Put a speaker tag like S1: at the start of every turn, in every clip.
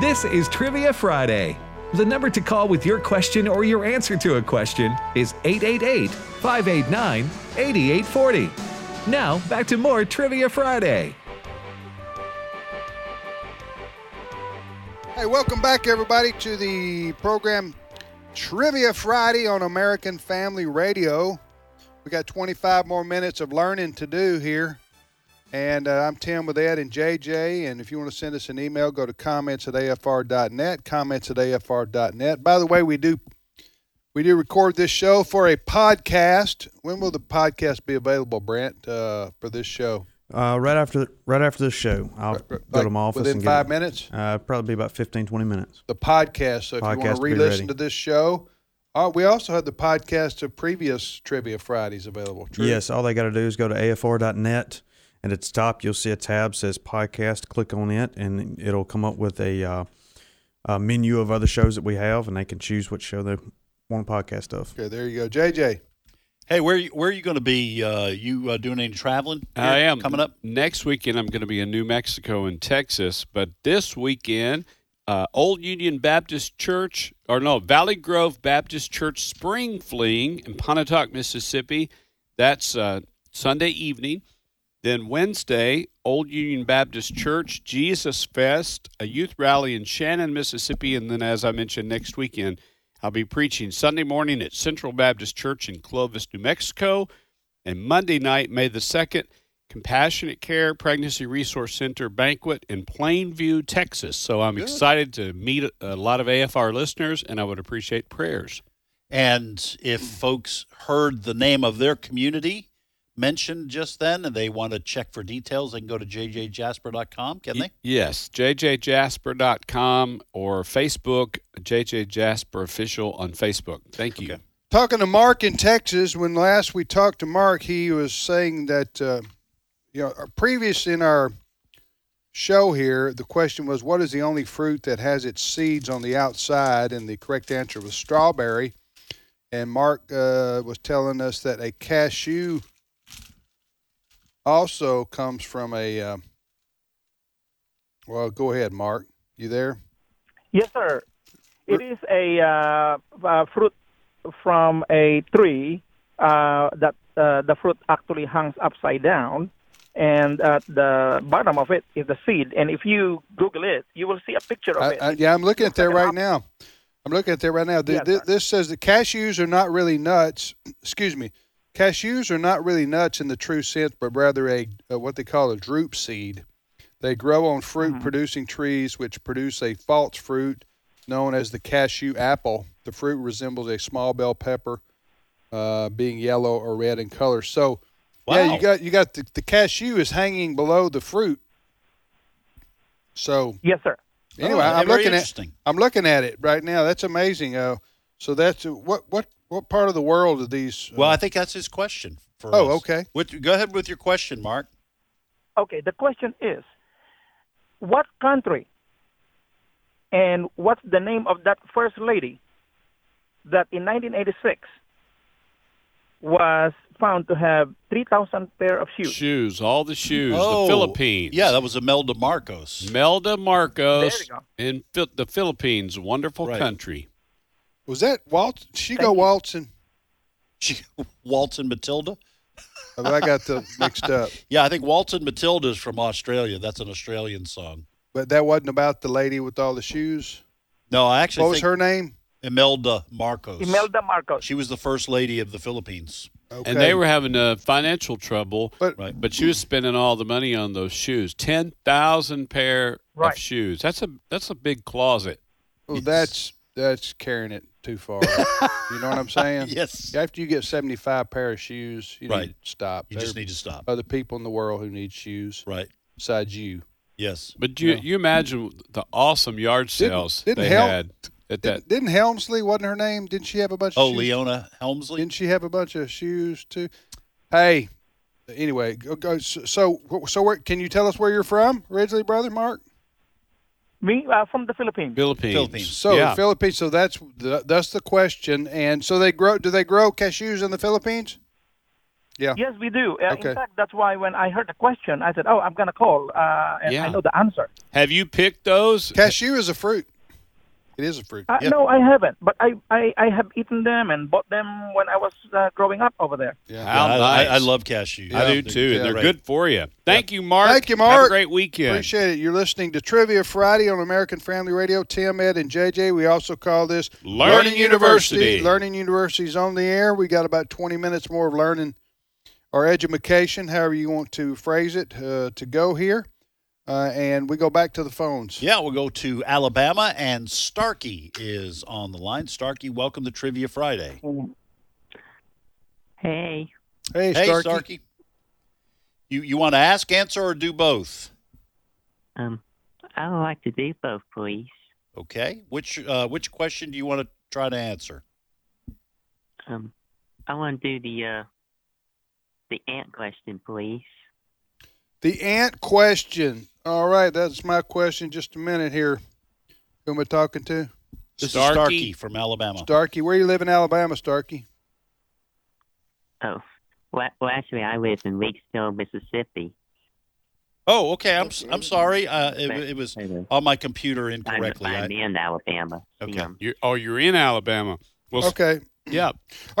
S1: This is Trivia Friday. The number to call with your question or your answer to a question is 888 589 8840. Now, back to more Trivia Friday.
S2: Hey, welcome back, everybody, to the program Trivia Friday on American Family Radio. We got 25 more minutes of learning to do here. And uh, I'm Tim with Ed and JJ. And if you want to send us an email, go to comments at afr.net, comments at afr.net. By the way, we do we do record this show for a podcast. When will the podcast be available, Brent, uh, for this show?
S3: Uh, right after right after this show, I'll go to
S2: Like
S3: my office
S2: within
S3: and get
S2: five
S3: it.
S2: minutes?
S3: Uh, probably be about 15, 20 minutes.
S2: the podcast. So if you
S3: Podcast
S2: want
S3: will
S2: to
S3: be
S2: re-listen
S3: ready.
S2: to this show, uh, we also had the podcast of previous Trivia Fridays available. True?
S3: Yes, all they got to do is go to afr.net, and at the top you'll see a tab says podcast. Click on it, and it'll come up with a, uh, a menu of other shows that we have, and they can choose which show they want a podcast of.
S2: Okay, there you go, JJ.
S4: Hey, where you- where are you going to be? Uh, you uh, doing any traveling? here
S5: I am
S4: coming up.
S5: next weekend. I'm going to be in New Mexico and Texas, but this weekend, uh, Old Union Baptist Church, or no, Valley Grove Baptist Church, spring fling in Pontotoc, Mississippi. That's uh, Sunday evening. Then Wednesday, Old Union Baptist Church, Jesus Fest, a youth rally in Shannon, Mississippi. And then, as I mentioned, next weekend, I'll be preaching Sunday morning at Central Baptist Church in Clovis, New Mexico. And Monday night, May the 2nd, Compassionate Care Pregnancy Resource Center banquet in Plainview, Texas. So I'm excited to meet a- a lot of AFR listeners, and I would appreciate prayers.
S4: And if folks heard the name of their community mentioned just then, and they want to check for details, they can go to jjjasper.com. Can they?
S5: Y- Yes, jjjasper.com or Facebook, JJ Jasper Official on Facebook. Thank you.
S2: Talking to Mark in Texas. When last we talked to Mark, he was saying that uh, you know our- previous in our show here, the question was, what is the only fruit that has its seeds on the outside? And the correct answer was strawberry. And Mark uh, was telling us that a cashew also comes from a. Uh, well, go ahead, Mark. You there?
S6: Yes, sir. It is a uh, uh, fruit from a tree uh, that uh, the fruit actually hangs upside down, and at the bottom of it is the seed. And if you Google it, you will see a picture of
S2: I,
S6: it.
S2: I, yeah, I'm looking at that
S6: like an
S2: right
S6: apple.
S2: now. I'm looking at that right now. Th
S6: Yeah,
S2: th
S6: sir.
S2: this says the cashews are not really nuts. Excuse me. Cashews are not really nuts in the true sense, but rather a uh, what they call a droop seed. They grow on
S6: Mm-hmm.
S2: fruit-producing trees, which produce a false fruit known as the cashew apple. The fruit resembles a small bell pepper, uh, being yellow or red in color. So, yeah,
S4: Wow.
S2: you got you got the, the cashew is hanging below the fruit. So
S6: yes, sir.
S2: anyway,
S4: Oh,
S2: I'm
S4: very
S2: looking at
S4: interesting.
S2: I'm looking at it right now. That's amazing. Uh, so that's what what what part of the world are these? uh,
S4: Well, I think that's his question. For
S2: Oh,
S4: us.
S2: okay.
S4: What- go ahead with your question, Mark.
S6: Okay. The question is, what country and what's the name of that first lady that in 1986 was found to have 3,000 pair of shoes?
S5: Shoes, all the shoes,
S4: oh,
S5: the Philippines.
S4: Yeah, that was Imelda Marcos.
S5: Melda
S6: There
S5: Marcos
S6: you go.
S5: in Phil- the Philippines, wonderful
S4: Right.
S5: country.
S2: was that Walt? Did She go
S6: Thank you.
S2: Walton.
S4: She, Walt and Matilda.
S2: I mean, I got the mixed up,
S4: Yeah, I think Walt and Matilda is from Australia. That's an Australian song.
S2: but that wasn't about the lady with all the shoes.
S4: No, I actually
S2: What was
S4: think
S2: her name?
S4: Imelda Marcos.
S6: Imelda Marcos.
S4: She was the first lady of the Philippines.
S2: Okay.
S5: And they were having uh, financial trouble,
S2: But
S4: Right.
S5: but she was spending all the money on those shoes. Ten thousand pair
S6: Right.
S5: of shoes. That's a that's a big closet.
S2: oh, that's that's carrying it too far. you know what I'm saying?
S4: Yes.
S2: After you get 75 pair of shoes, you need
S4: Right.
S2: to stop.
S4: You just
S2: There are
S4: need to
S5: Uh,
S4: stop.
S2: other people in the world who need shoes
S4: Right.
S2: besides you.
S4: Yes.
S5: But do you you imagine the awesome yard sales
S2: didn't
S5: they
S2: help-
S5: had at that.
S2: Didn't, didn't Helmsley wasn't her name? Didn't she have a bunch?
S4: Oh,
S2: of shoes?
S4: Leona Helmsley.
S2: Didn't she have a bunch of shoes too? Hey, anyway, go, go, so so where, can you tell us where you're from originally, brother Mark?
S6: Me uh, from the Philippines.
S5: Philippines.
S4: Philippines.
S2: So
S5: Yeah.
S2: Philippines. So that's the, that's the question. And so they grow. Do they grow cashews in the Philippines? Yeah.
S6: Yes, we do. Uh,
S2: Okay.
S6: In fact, that's why when I heard the question, I said, "Oh, I'm gonna call," uh, and
S5: Yeah.
S6: I know the answer.
S5: Have you picked those?
S2: Cashew is a fruit. It is a fruit.
S6: Uh,
S2: yeah.
S6: No, I haven't, but I, I, I have eaten them and bought them when I was uh, growing up over there.
S5: How
S4: I, I-
S5: nice.
S4: I love cashews.
S5: I do too,
S2: yeah,
S5: and they're
S4: right.
S5: good for you. Thank you, Mark.
S2: Thank you,
S5: Have a
S2: Mark.
S5: great weekend.
S2: Appreciate it. You're listening to Trivia Friday on American Family Radio. Tim, Ed, and JJ. We also call this
S5: Learning University.
S2: Learning University's on the air. We got about 20 minutes more of learning or edumacation, however you want to phrase it, uh, to go here. Uh, and we go back to the phones.
S4: Yeah, we'll go to Alabama, and Starkey is on the line. Starkey, welcome to Trivia Friday.
S7: Hey,
S2: Hey,
S4: Hey,
S2: Starkey.
S4: Starkey. You you want to ask, answer, or do both?
S7: um, I would like to do both, please.
S4: Okay. Which uh, which question do you want to try to answer?
S7: Um, I want to do the uh, the ant question, please.
S2: The ant question. All right, that's my question. Just a minute here. Who am I talking to?
S4: This
S5: Starkey.
S4: is Starkey from Alabama.
S2: Starkey. Where you live in Alabama, Starkey?
S7: Oh, well, well actually, I live in Leakesville, Mississippi.
S4: oh, okay. I'm s- I'm sorry. Uh, it, it was
S7: I'm,
S4: on my computer
S7: I'm
S4: incorrectly. I-
S7: in Alabama.
S4: Okay.
S7: Um,
S5: You're, oh, you're in Alabama. Well, s-
S2: Okay.
S5: yeah.
S2: All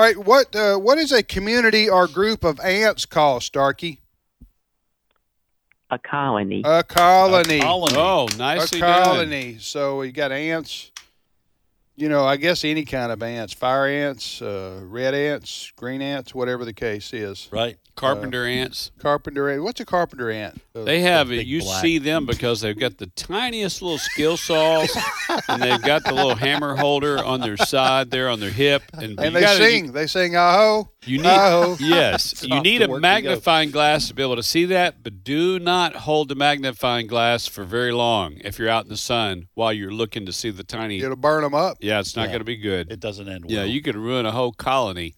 S2: right. What uh, What is a community or group of ants called, Starkey?
S7: a colony.
S2: A colony.
S4: A colony.
S5: Oh,
S2: A
S5: nicely done.
S2: colony. So you got ants. You know, I guess any kind of ants: fire ants, uh, red ants, green ants, whatever the case is.
S4: Right.
S5: Carpenter ants.
S2: Carpenter ant. What's a carpenter ant? Uh,
S5: They have
S4: big
S5: it. You
S4: black-
S5: see them because they've got the tiniest little skill saws, and they've got the little hammer holder on their side there on their hip, and,
S2: and
S5: you
S2: they
S5: gotta-
S2: sing. they sing aho.
S5: You need
S2: Oh.
S5: yes, you
S4: off
S5: need
S4: to
S5: a
S4: work you go.
S5: magnifying glass to be able to see that, but do not hold the magnifying glass for very long if you're out in the sun while you're looking to see the tiny.
S2: It'll burn them up.
S5: Yeah, it's not
S4: Yeah.
S5: going to be good.
S4: It doesn't end well.
S5: yeah, you could ruin a whole colony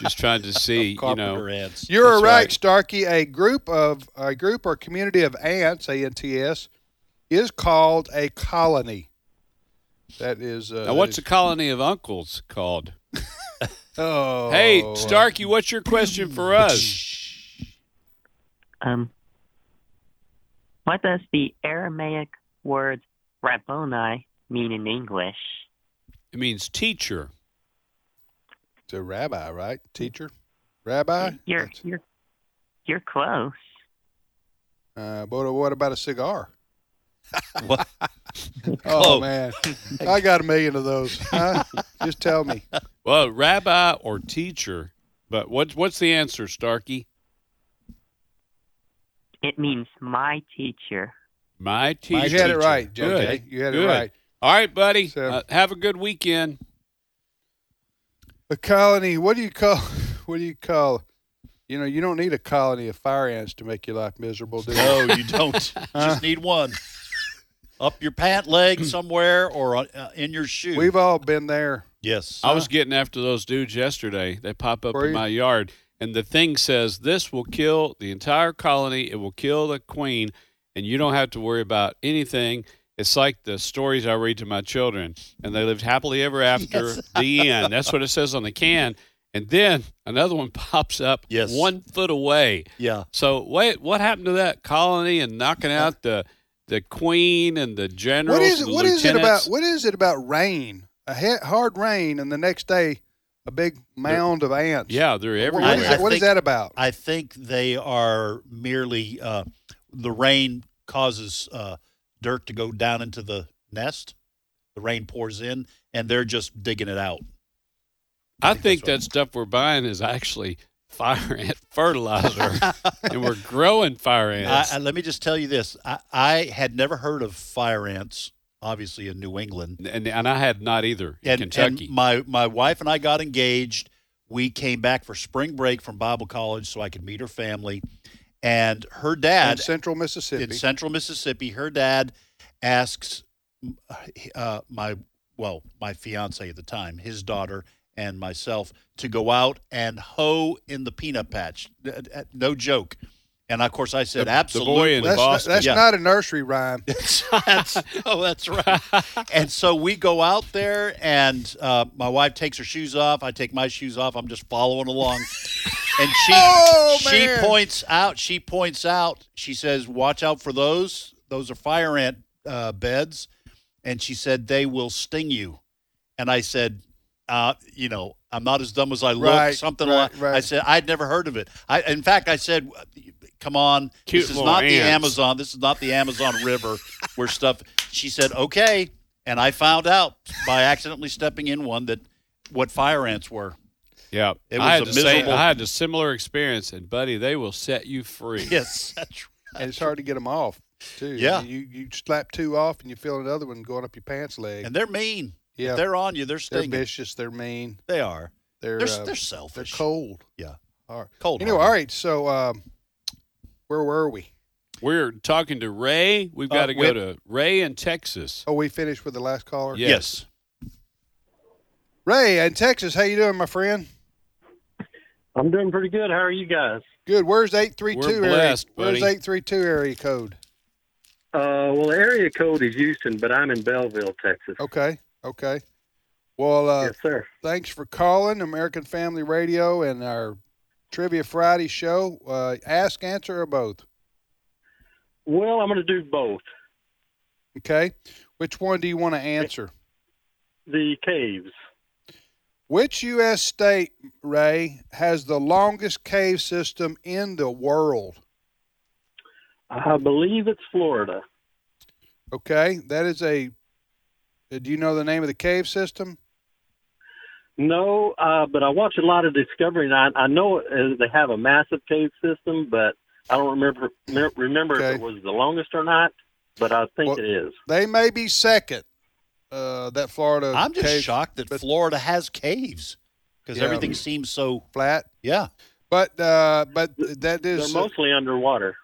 S5: just trying to see. you
S4: Carpenter
S5: know,
S4: ants.
S2: You're
S5: That's
S2: right,
S5: right.
S2: Starkey. A group of a group or community of ants, A N T S, is called a colony. That is. Uh,
S5: now
S2: that
S5: what's a
S2: is-
S5: colony of uncles called?
S2: oh,
S5: hey,
S4: uh,
S5: Starkey, what's your question for us?
S7: Um, what does the Aramaic word Rabboni mean in English?
S5: It means teacher.
S2: It's a rabbi, right? Teacher, rabbi.
S7: You're you're you're close.
S2: Uh, but what about a cigar?
S4: What?
S2: oh
S4: Close.
S2: man, I got a million of those. Huh? Just tell me.
S5: Well, rabbi or teacher, but what's what's the answer, Starkey?
S7: It means my teacher.
S5: My teacher.
S2: You had it right, JJ.
S5: Good.
S2: You had
S5: Good.
S2: it right.
S5: All right, buddy.
S2: So-
S5: Uh, have a good weekend.
S2: A colony. What do you call? What do you call? You know, you don't need a colony of fire ants to make your life miserable, do you?
S4: No, you don't. Just need one. Up your pant leg somewhere or on- uh, in your shoe.
S2: We've all been there.
S4: yes.
S5: I was getting after those dudes yesterday. They pop up
S2: Were
S5: in
S2: you?
S5: my yard, and the thing says, This will kill the entire colony. It will kill the queen, and you don't have to worry about anything. It's like the stories I read to my children, and they lived happily ever after the end. That's what it says on the can. And then another one pops up
S4: Yes.
S5: one foot away.
S4: yeah.
S5: So wait, what happened to that colony and knocking out the the queen and the generals?
S2: Uh, What is
S5: and
S2: it?
S5: the
S2: What is it about?
S5: lieutenants?
S2: What is it about rain? A he- hard rain, and the next day, a big mound of ants.
S5: Yeah, they're
S2: What-
S5: everywhere.
S2: what is,
S4: I- I
S2: it- what is
S4: think-
S2: that about?
S4: I think they are merely uh, the rain causes uh, dirt to go down into the nest. The rain pours in, and they're just digging it out.
S5: I
S4: think
S5: think
S4: that's right.
S5: that stuff we're buying is actually fire ant fertilizer, and we're growing fire ants.
S4: I, I, let me just tell you this: I, I had never heard of fire ants, obviously in New England.
S5: and, and I had not either in
S4: and,
S5: Kentucky.
S4: and my my wife and I got engaged. We came back for spring break from Bible college so I could meet her family, and her
S2: in
S4: dad
S2: central
S4: in,
S2: Mississippi.
S4: Central Mississippi. Her dad asks uh, my well my fiance at the time, his daughter and myself to go out and hoe in the peanut patch. Uh, uh, No joke. And of course, I said
S5: the
S4: absolutely.
S5: boy in
S2: that's not,
S5: Boston.
S2: that's
S4: yeah.
S2: not a nursery rhyme.
S4: That's- oh, that's right. And so we go out there, and uh, my wife takes her shoes off. I take my shoes off. I'm just following along. and she
S2: Oh,
S4: she
S2: man.
S4: points out she points out she says watch out for those those are fire ant uh, beds and she said they will sting you and i said uh, you know i'm not as dumb as i look
S2: Right,
S4: something
S2: right,
S4: like
S2: right.
S4: i said i'd never heard of it i in fact i said come on
S5: Cute
S4: this is
S5: little
S4: not the
S5: ants.
S4: amazon this is not the amazon river where stuff she said okay and i found out by accidentally stepping in one that what fire ants were
S5: Yeah,
S4: It
S5: I had
S4: was a
S5: the same-
S4: miserable-
S5: I had a similar experience, and buddy, they will set you free.
S4: yes that's
S2: and it's hard to get them off too.
S4: Yeah.
S2: you you slap two off and you feel another one going up your pants leg.
S4: and they're mean.
S2: yeah,
S4: If they're on you, they're
S2: they're
S4: stinging. They're
S2: vicious. They're mean.
S4: they are.
S2: They're
S4: They're,
S2: uh,
S4: they're selfish.
S2: they're cold.
S4: Yeah.
S2: All right.
S4: Cold.
S2: Anyway,
S4: hearted.
S2: all right. So, um, where were we?
S5: We're talking to Ray. We've
S4: Uh,
S5: got to go
S4: Whip.
S5: to Ray in Texas.
S2: Oh, we finished with the last caller.
S5: Yeah.
S4: Yes.
S2: Ray in Texas, how you doing, my friend?
S8: I'm doing pretty good. How are you guys?
S2: Good. Where's eight three
S5: We're
S2: two area?
S5: blessed,
S2: Where's
S5: buddy.
S2: eight three two area code?
S8: Uh, well, the area code is Houston, but I'm in Belleville, Texas.
S2: Okay. Okay. Well, uh,
S8: yes, sir.
S2: thanks for calling American Family Radio and our Trivia Friday show. Uh, ask, answer, or both.
S8: Well, I'm going to do both.
S2: Okay. Which one do you want to answer?
S8: The caves.
S2: Which U.S. state, Ray, has the longest cave system in the world?
S8: I believe it's Florida.
S2: Okay. That is a. uh, Do you know the name of the cave system?
S8: No, uh, but I watch a lot of Discovery, and I, I know uh, they have a massive cave system, but I don't remember me- remember if
S2: Okay.
S8: it was the longest or not. But I think
S2: Well-
S8: it is.
S2: They may be second. Uh, that Florida.
S4: I'm just
S2: cave-
S4: shocked that
S2: but-
S4: Florida has caves because
S2: Yeah.
S4: everything seems so.
S2: Flat,
S4: Yeah.
S2: but uh, but that
S8: They're
S2: is uh,
S8: mostly underwater.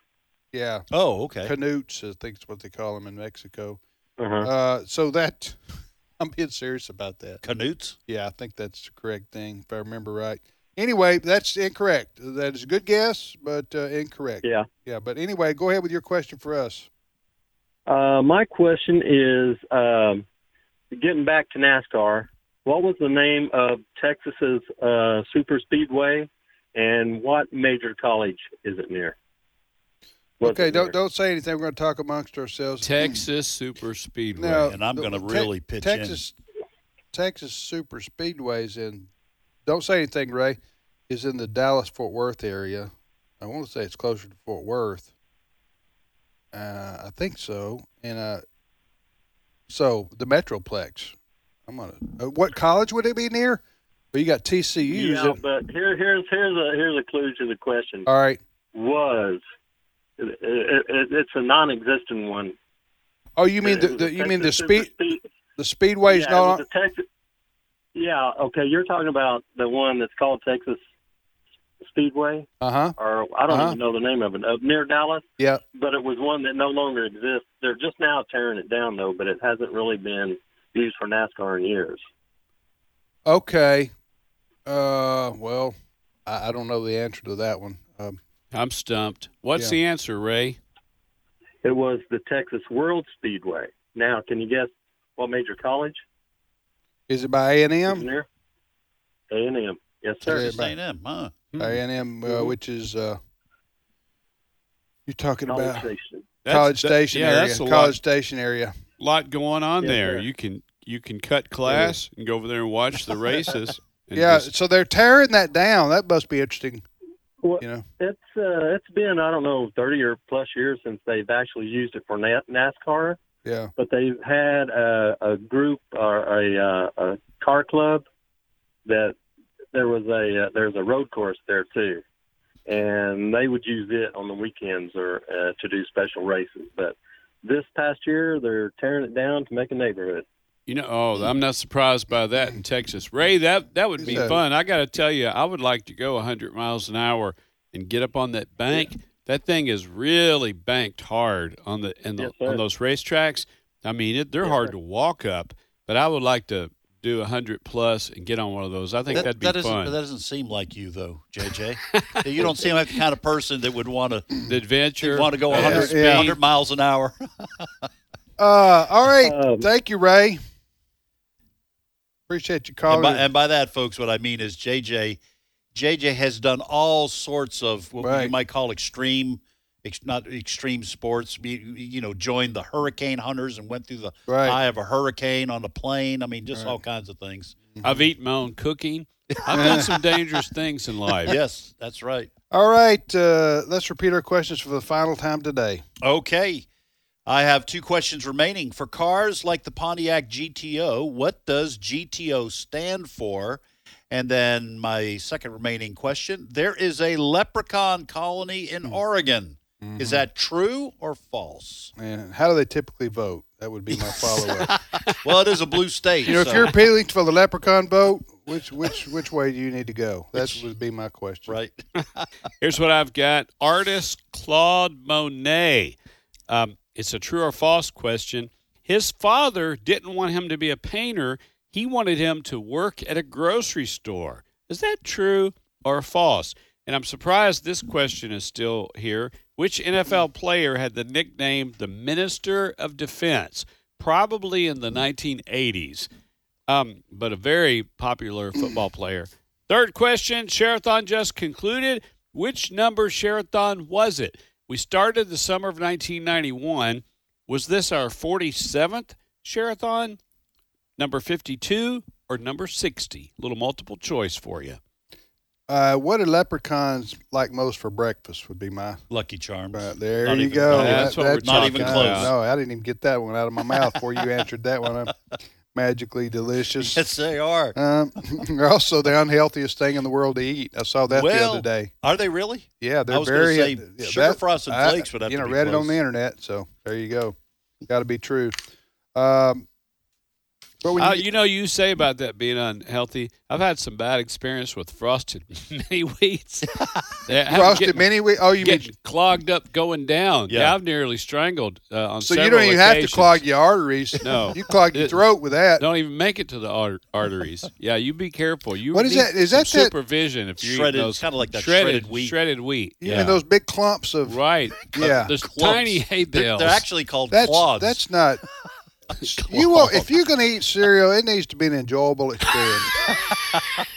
S2: yeah.
S4: Oh, okay.
S2: Canutes, I think is what they call them in Mexico.
S8: Uh-huh.
S2: Uh, so that I'm being serious about that.
S4: Canutes.
S2: Yeah, I think that's the correct thing if I remember right. Anyway, that's incorrect. That is a good guess, but uh, incorrect.
S8: Yeah.
S2: Yeah, but anyway, go ahead with your question for us.
S8: Uh, my question is um, getting back to NASCAR. What was the name of Texas's uh, super speedway, and what major college is it near? Was
S2: okay,
S8: it
S2: don't
S8: near?
S2: don't say anything. We're going to talk amongst ourselves.
S5: Texas Super Speedway.
S2: No.
S4: And I'm
S2: the-
S4: going to
S2: Te-
S4: really pitch
S2: Texas, Texas Super Speedways in. Don't say anything, Ray. Is in the Dallas Fort Worth area. I want to say it's closer to Fort Worth. Uh, I think so. And uh, so the Metroplex. I'm gonna. Uh, what college would it be near? Well, you got TCU. is
S8: Yeah,
S2: it- Uh,
S8: but here, here's here's a here's a clue to the question.
S2: All right.
S8: was it, it, it, it's a non-existent one.
S2: Oh, you mean
S8: It
S2: the,
S8: was
S2: the
S8: a
S2: you mean the
S8: Texas
S2: speed
S8: Super Speed-
S2: the speedway's
S8: yeah, it
S2: not
S8: was a Texas, yeah, okay, you're talking about the one that's called Texas Speedway,
S2: uh huh
S8: or I don't
S2: Uh-huh.
S8: even know the name of it, up near Dallas,
S2: yeah
S8: but it was one that no longer exists. They're just now tearing it down though, but it hasn't really been used for NASCAR in years.
S2: okay uh well I, I don't know the answer to that one um,
S5: I'm stumped. What's
S2: Yeah.
S5: the answer, Ray?
S8: It was the Texas World Speedway. Now, can you guess what major college
S2: is it by A and
S8: is
S2: M
S8: near? A and M. Yes, sir.
S4: Texas
S2: Everybody.
S4: A&M, huh?
S5: Hmm.
S2: A and M which is uh you're talking
S8: College
S2: about
S8: Station.
S5: That's-
S2: College
S5: that-
S2: Station
S5: yeah,
S2: area
S5: that's a
S2: College Station area
S5: lot, lot going on
S8: Yes,
S5: there.
S8: sir.
S5: You can you can cut class and go over there and watch the races. and
S2: yeah
S5: just-
S2: so they're tearing that down that must be interesting
S8: Well,
S2: you know
S8: It's uh, it's been I don't know thirty or plus years since they've actually used it for Na- NASCAR,
S2: yeah
S8: but they've had a, a group or a, uh, a car club that there was a uh, there's a road course there too, and they would use it on the weekends or uh, to do special races. But this past year they're tearing it down to make a neighborhood.
S5: you know, oh, I'm not surprised by that in Texas, Ray. That that would be
S2: Yeah.
S5: fun. I got to tell you, I would like to go 100 miles an hour and get up on that bank. That thing is really banked hard on the, in the
S8: Yes, sir.
S5: on those racetracks. I mean, it, they're hard to walk up, but I would like to do 100 plus and get on one of those. I think that'd be
S4: that doesn't,
S5: fun.
S4: That doesn't seem like you, though, JJ. you don't seem like the kind of person that would want to
S5: the adventure.
S4: want to go
S5: at
S4: 100,
S5: speed.
S2: Yeah.
S4: 100 miles an hour.
S2: uh all right
S8: Um,
S2: thank you Ray appreciate you
S4: And
S2: calling
S4: by, and by that, folks, what I mean is JJ JJ has done all sorts of what
S2: Right.
S4: you might call extreme, ex, not extreme sports. You, you know, joined the hurricane hunters and went through the
S2: Right.
S4: eye of a hurricane on a plane. I mean, just all kinds of things.
S5: I've eaten my own cooking. I've done some dangerous things in life.
S4: yes, that's right.
S2: All right, uh, let's repeat our questions for the final time today.
S4: Okay. I have two questions remaining. For cars like the Pontiac GTO, what does GTO stand for? And then my second remaining question there is a leprechaun colony
S2: Hmm.
S4: in Oregon.
S2: Mm-hmm.
S4: Is that true or false?
S2: And how do they typically vote? That would be my follow up.
S4: Well, it is a blue state.
S2: you know,
S4: so-
S2: if you're appealing for the leprechaun vote, which which which way do you need to go? That would be my question.
S4: right.
S5: Here's what I've got. Artist Claude Monet. Um, it's a true or false question. His father didn't want him to be a painter. He wanted him to work at a grocery store. Is that true or false? And I'm surprised this question is still here. Which NFL player had the nickname the Minister of Defense? Probably in the 1980s um, but a very popular football player. Third question Sherathon just concluded. Which number Sherathon was it? We started the summer of 1991. Was this our 47th Sherathon? Number 52 or number 60? Little multiple choice for you.
S2: Uh, what do leprechauns like most for breakfast? Would be my.
S4: Lucky Charms.
S2: Right, there
S4: Not
S2: you
S4: even
S2: go.
S4: close.
S5: That's what we're
S4: Not even
S2: I-
S4: close.
S2: No, I didn't even get that one out of my mouth before you answered that one. I'm magically delicious.
S4: Yes, they are.
S2: Um, they're also the unhealthiest thing in the world to eat. I saw that the
S4: well,
S2: other day.
S4: Are they really?
S2: Yeah, they're
S4: I was gonna
S2: very uh,
S4: say,
S2: yeah,
S4: sugar frosted
S2: I-
S4: flakes would have
S2: you
S4: to
S2: know
S4: be
S2: read it on
S4: close.
S2: the internet. So there you go. Got to be true. Um, but when
S5: Uh,
S2: you,
S5: you know, you say about that being unhealthy. I've had some bad experience with frosted mini wheats. They have
S2: frosted
S5: getting-
S2: mini wheat, oh, you mean
S5: Getting clogged up going down. Yeah,
S4: Yeah.
S5: I've nearly strangled uh, on
S2: so
S5: several
S2: you don't even have to
S5: occasions.
S2: clog your arteries?
S5: No.
S2: you clog your
S5: It-
S2: throat with that.
S5: don't even make it to the ar- arteries. Yeah, you be careful. You
S2: What is
S5: need
S2: that- is
S5: some
S2: that that-
S5: supervision if you're eating
S4: Shredded-
S5: those
S4: kinda like that shredded wheat.
S5: shredded wheat.
S2: You
S5: yeah,
S2: mean those big clumps of
S5: right.
S2: Yeah.
S5: there's
S4: Clumps.
S5: tiny hay
S4: They're,
S5: bales.
S4: they're actually called
S2: that's
S4: clods.
S2: that's not. You will, if you're going to eat cereal, it needs to be an enjoyable experience.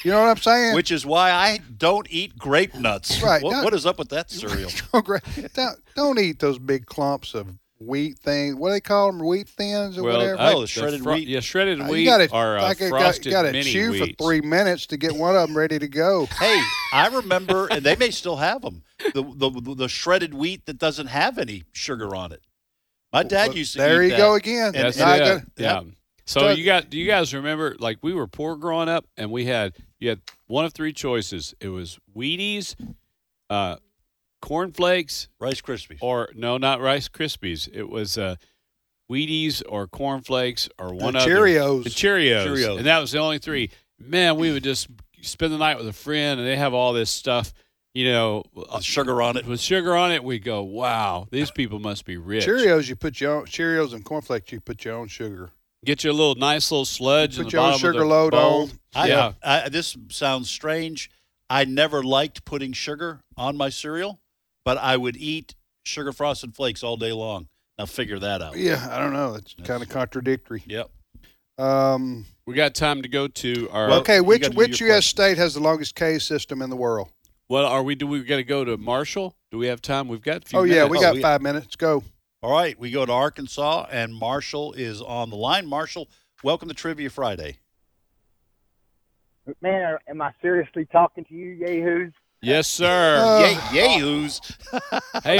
S2: you know what I'm saying?
S4: which is why I don't eat grape nuts.
S2: Right,
S4: What,
S2: not-
S4: what is up with that cereal?
S2: Oh, great. don't, don't eat those big clumps of wheat things. What do they call them? Wheat thins or
S5: well,
S2: whatever.
S5: I-
S4: Oh, the shredded wheat.
S5: Yeah, shredded
S2: Uh,
S5: wheat
S2: you gotta,
S5: or uh,
S2: like, you gotta-
S5: frosted
S2: you gotta
S5: mini
S2: chew
S5: wheats.
S2: for three minutes to get one of them ready to go.
S4: hey, I remember, and they may still have them. The the, the shredded wheat that doesn't have any sugar on it. My dad
S2: Well,
S4: used to.
S2: Oh, there
S4: eat
S2: you
S4: that.
S2: go again.
S5: That's
S2: Now I
S5: it.
S2: gotta-
S5: yeah. So
S2: So-
S5: you got? Do you guys remember? Like we were poor growing up, and we had you had one of three choices. It was Wheaties, uh, cornflakes,
S4: Rice Krispies.
S5: or no, not Rice Krispies. It was uh, Wheaties or cornflakes or one
S2: the
S5: other.
S2: Cheerios.
S5: The Cheerios.
S4: Cheerios.
S5: And that was the only three. Man, we would just spend the night with a friend, and they have all this stuff, you know,
S4: with sugar on it.
S5: with sugar on it. We go, wow, these people must be rich.
S2: Cheerios, you put your own, Cheerios and cornflakes, you put your own sugar.
S5: Get you a little nice little sludge. in
S2: Put
S5: the
S2: your own
S5: bottom of
S2: sugar
S5: the
S2: load
S5: bowl.
S2: on.
S4: I,
S5: yeah.
S4: I, this sounds strange. I never liked putting sugar on my cereal, but I would eat sugar frosted flakes all day long. Now figure that out.
S2: Yeah, I don't know. It's kind of contradictory.
S4: Yep.
S2: Um,
S5: We got time to go to our.
S4: Well,
S2: okay,
S4: you
S2: which
S4: gotta do
S2: which
S4: your
S2: U.S. state has the longest cave system in the world?
S5: well, are we? Do we got to go to Marshall? Do we have time? We've got. A few
S2: Oh yeah,
S5: minutes.
S2: we
S4: Oh,
S2: got
S4: we-
S2: five minutes. Go.
S4: All right, we go to Arkansas, and Marshall is on the line. Marshall, welcome to Trivia Friday.
S9: Man, am I seriously talking to you, yahoos?
S5: Yes, sir.
S2: Uh,
S4: Yay, yahoos.
S5: Hey,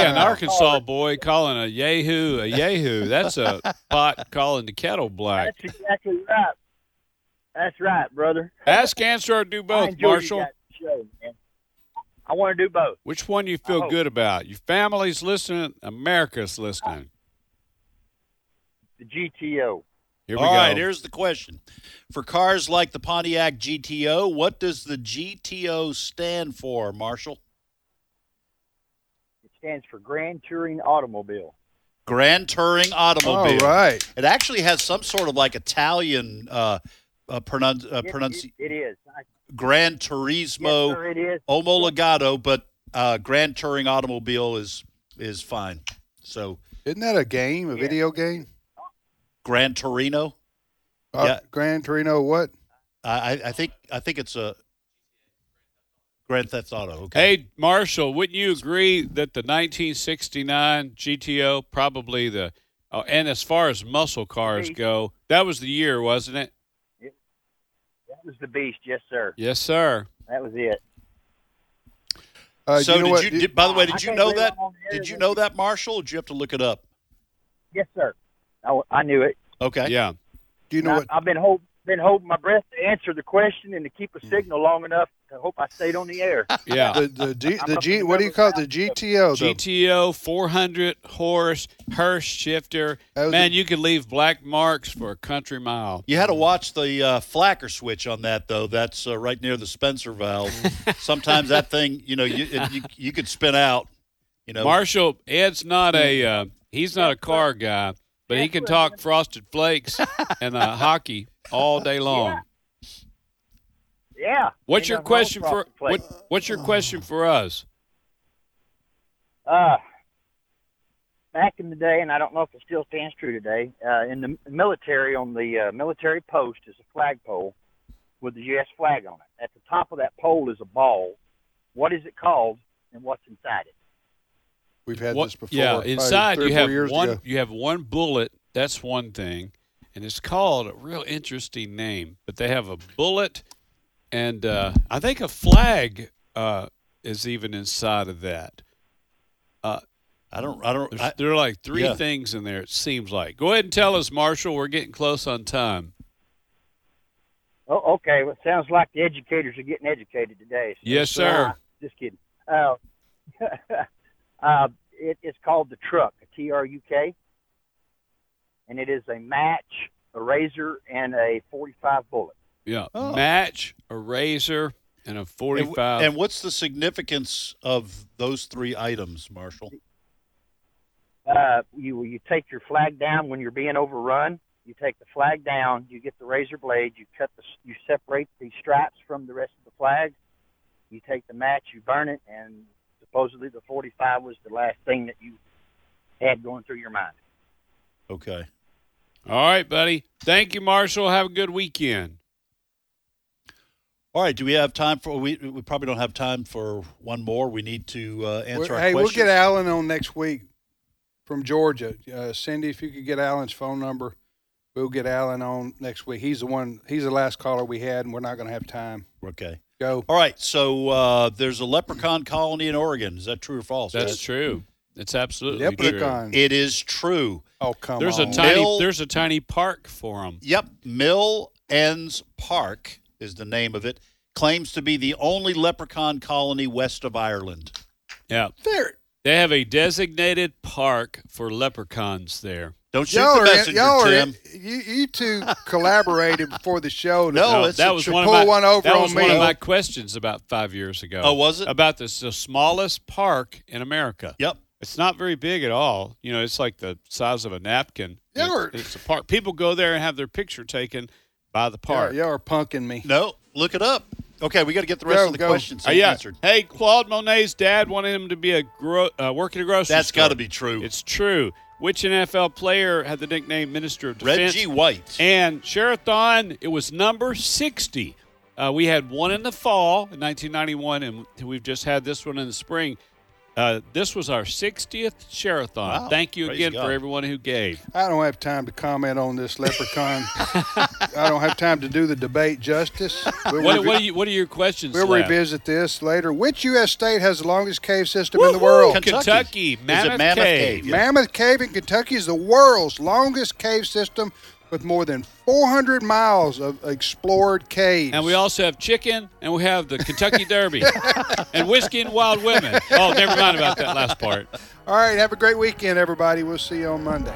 S5: an Arkansas boy calling a yahoo a yahoo. That's a pot calling the kettle black.
S9: That's exactly right. That's right, brother.
S5: Ask, answer, or do
S9: I
S5: both,
S9: enjoy you
S5: Marshall.
S9: guys' show, man. I want to do both.
S5: Which one you feel
S9: Oh.
S5: good about? Your family's listening, America's listening.
S9: The GTO.
S5: Here we
S4: All
S5: go.
S4: right, here's the question. For cars like the Pontiac GTO, what does the GTO stand for, Marshall?
S9: It stands for Grand Touring Automobile.
S4: Grand Touring
S2: All
S5: Oh,
S4: Automobile.
S2: right.
S4: It actually has some sort of like Italian uh, uh, pronun- uh,
S9: It-
S4: pronunci-
S9: it- it is. I,
S4: Gran
S9: yes,
S4: Turismo
S9: sir, it is.
S4: Omologado, but uh, Grand Touring Automobile is is fine. So
S2: Isn't that a game, a
S9: Yeah.
S2: video game?
S4: Gran Torino,
S2: Uh,
S4: Yeah.
S2: Gran Torino, what?
S4: I, I- I think I think it's a Grand Theft Auto. Okay.
S5: Hey, Marshall, wouldn't you agree that the 1969 GTO probably the oh, and as far as muscle cars go, that was the year, wasn't it?
S9: That was the beast, yes, sir.
S5: Yes, sir.
S9: That was it.
S2: Uh,
S4: so
S2: you know
S4: did
S2: what?
S4: you? Did, by the way,
S9: I
S4: did you
S9: can't
S4: know
S9: believe
S4: that?
S9: I'm on the air
S4: Did you
S9: with
S4: know that, Marshall? Or did you have to look it up?
S9: Yes, sir. I, I knew it.
S4: Okay.
S5: Yeah.
S2: do you know
S9: I,
S2: what?
S9: I've been hold, been holding my breath to answer the question and to keep
S2: Mm.
S9: a signal long enough to hope I stayed on the air.
S5: Yeah.
S2: The, the, G,
S9: I'm
S2: the
S9: a
S2: G, what do you call it? The GTO? The,
S5: GTO 400 horse Hurst shifter.
S2: That was
S5: Man,
S2: the-
S5: you could leave black marks for a country mile.
S4: You had to watch the uh, flacker switch on that though. That's uh, right near the Spencer valve. Sometimes that thing, you know, you it, you, you could spin out. You know,
S5: Marshall, Ed's not
S4: Mm.
S5: a uh, he's not a car guy, but he can talk frosted flakes and uh, hockey all day long.
S9: Yeah.
S5: What's
S9: Ain't
S5: your
S9: nothing wrong
S5: question
S9: with
S5: for
S9: proper play.
S5: what, what's your question for us?
S9: Uh, back in the day, and I don't know if it still stands true today, uh, in the military, on the uh, military post is a flagpole with the U.S. flag on it. At the top of that pole is a ball. What is it called, and what's inside it?
S2: We've had
S5: What-
S2: this before.
S5: yeah,
S2: probably
S5: inside
S2: three or
S5: you
S2: four
S5: have
S2: years
S5: one
S2: ago.
S5: you have one bullet. That's one thing, and it's called a real interesting name. But they have a bullet, and uh, I think a flag uh, is even inside of that.
S4: I don't. I don't.
S5: There's,
S4: I,
S5: there are like three
S4: yeah.
S5: things in there. It seems like. Go ahead and tell us, Marshall. We're getting close on time.
S9: Oh, okay. Well, it sounds like the educators are getting educated today. So
S5: Yes, sir.
S9: just kidding. Uh, uh, it is called the truck, T R U K, and it is a match, a razor, and a forty-five bullet.
S5: Yeah,
S4: Oh.
S5: match, a razor, and a
S4: and,
S5: forty-five.
S4: and what's the significance of those three items, Marshall?
S9: Uh, you you take your flag down when you're being overrun. You take the flag down. You get the razor blade. You cut the you separate the stripes from the rest of the flag. You take the match. You burn it, and supposedly the 45 was the last thing that you had going through your mind.
S4: Okay.
S5: All right, buddy. Thank you, Marshall. Have a good weekend.
S4: All right. Do we have time for? We, we probably don't have time for one more. We need to uh, answer
S2: We're-
S4: our
S2: hey,
S4: questions.
S2: we'll get Alan on next week from Georgia. Uh, Cindy, if you could get Alan's phone number, we'll get Alan on next week. He's the one. He's the last caller we had, and we're not going to have time.
S4: Okay.
S2: Go.
S4: All right. So uh, there's a leprechaun colony in Oregon. Is that true or false?
S5: That's true. It's absolutely true.
S2: Leprechaun.
S4: It is true.
S2: Oh come
S5: There's
S2: on.
S5: a tiny
S4: Bill-
S5: there's a tiny park for them.
S4: Yep. Mill Ends Park is the name of it. Claims to be the only leprechaun colony west of Ireland.
S5: Yeah,
S2: there.
S5: they have a designated park for leprechauns there.
S4: Don't shoot
S2: Y'all
S4: the
S2: are,
S4: messenger,
S2: y'all are
S4: Tim.
S2: you, you two collaborated before the show. to-
S4: No, it's-
S5: that was
S2: to
S5: one of
S2: pull
S5: my
S2: one over
S5: that
S2: on
S5: was one
S2: me.
S5: of my questions about five years ago.
S4: Oh, was it?
S5: about the, s- the smallest park in America?
S4: Yep.
S5: It's not very big at all. You know, it's like the size of a napkin.
S2: Yeah,
S5: It's-
S2: or-
S5: it's, a park. People go there and have their picture taken by the park.
S2: Y'all, y'all are punking me.
S4: No, look it up. Okay, we got to get the rest
S2: Go,
S4: of the
S2: go.
S4: questions
S5: Uh, yeah.
S4: answered.
S5: Hey, Claude Monet's dad wanted him to be a gro- uh, work at a grocery
S4: That's
S5: store.
S4: got to be true.
S5: It's true. Which NFL player had the nickname Minister of Defense?
S4: Reggie White.
S5: And Sherathon, it was number 60. Uh, we had one in the fall in 1991, and we've just had this one in the spring. Uh, this was our 60th Sherathon.
S4: Wow.
S5: Thank you
S4: Praise
S5: again
S4: God.
S5: for everyone who gave.
S2: I don't have time to comment on this leprechaun. I don't have time to do the debate justice. We'll,
S5: What,
S2: revi-
S5: what, are, you, what are your questions?
S2: we'll
S5: left?
S2: revisit this later. Which U.S. state has the longest cave system in the world?
S5: Kentucky,
S4: Kentucky.
S5: Mammoth,
S4: Is it Mammoth
S5: Cave.
S4: Cave? Yeah.
S2: Mammoth Cave in Kentucky is the world's longest cave system with more than 400 miles of explored caves.
S5: And we also have chicken, and we have the Kentucky Derby, and whiskey and wild women. Oh, never mind about that last part.
S2: All right, have a great weekend, everybody. We'll see you on Monday.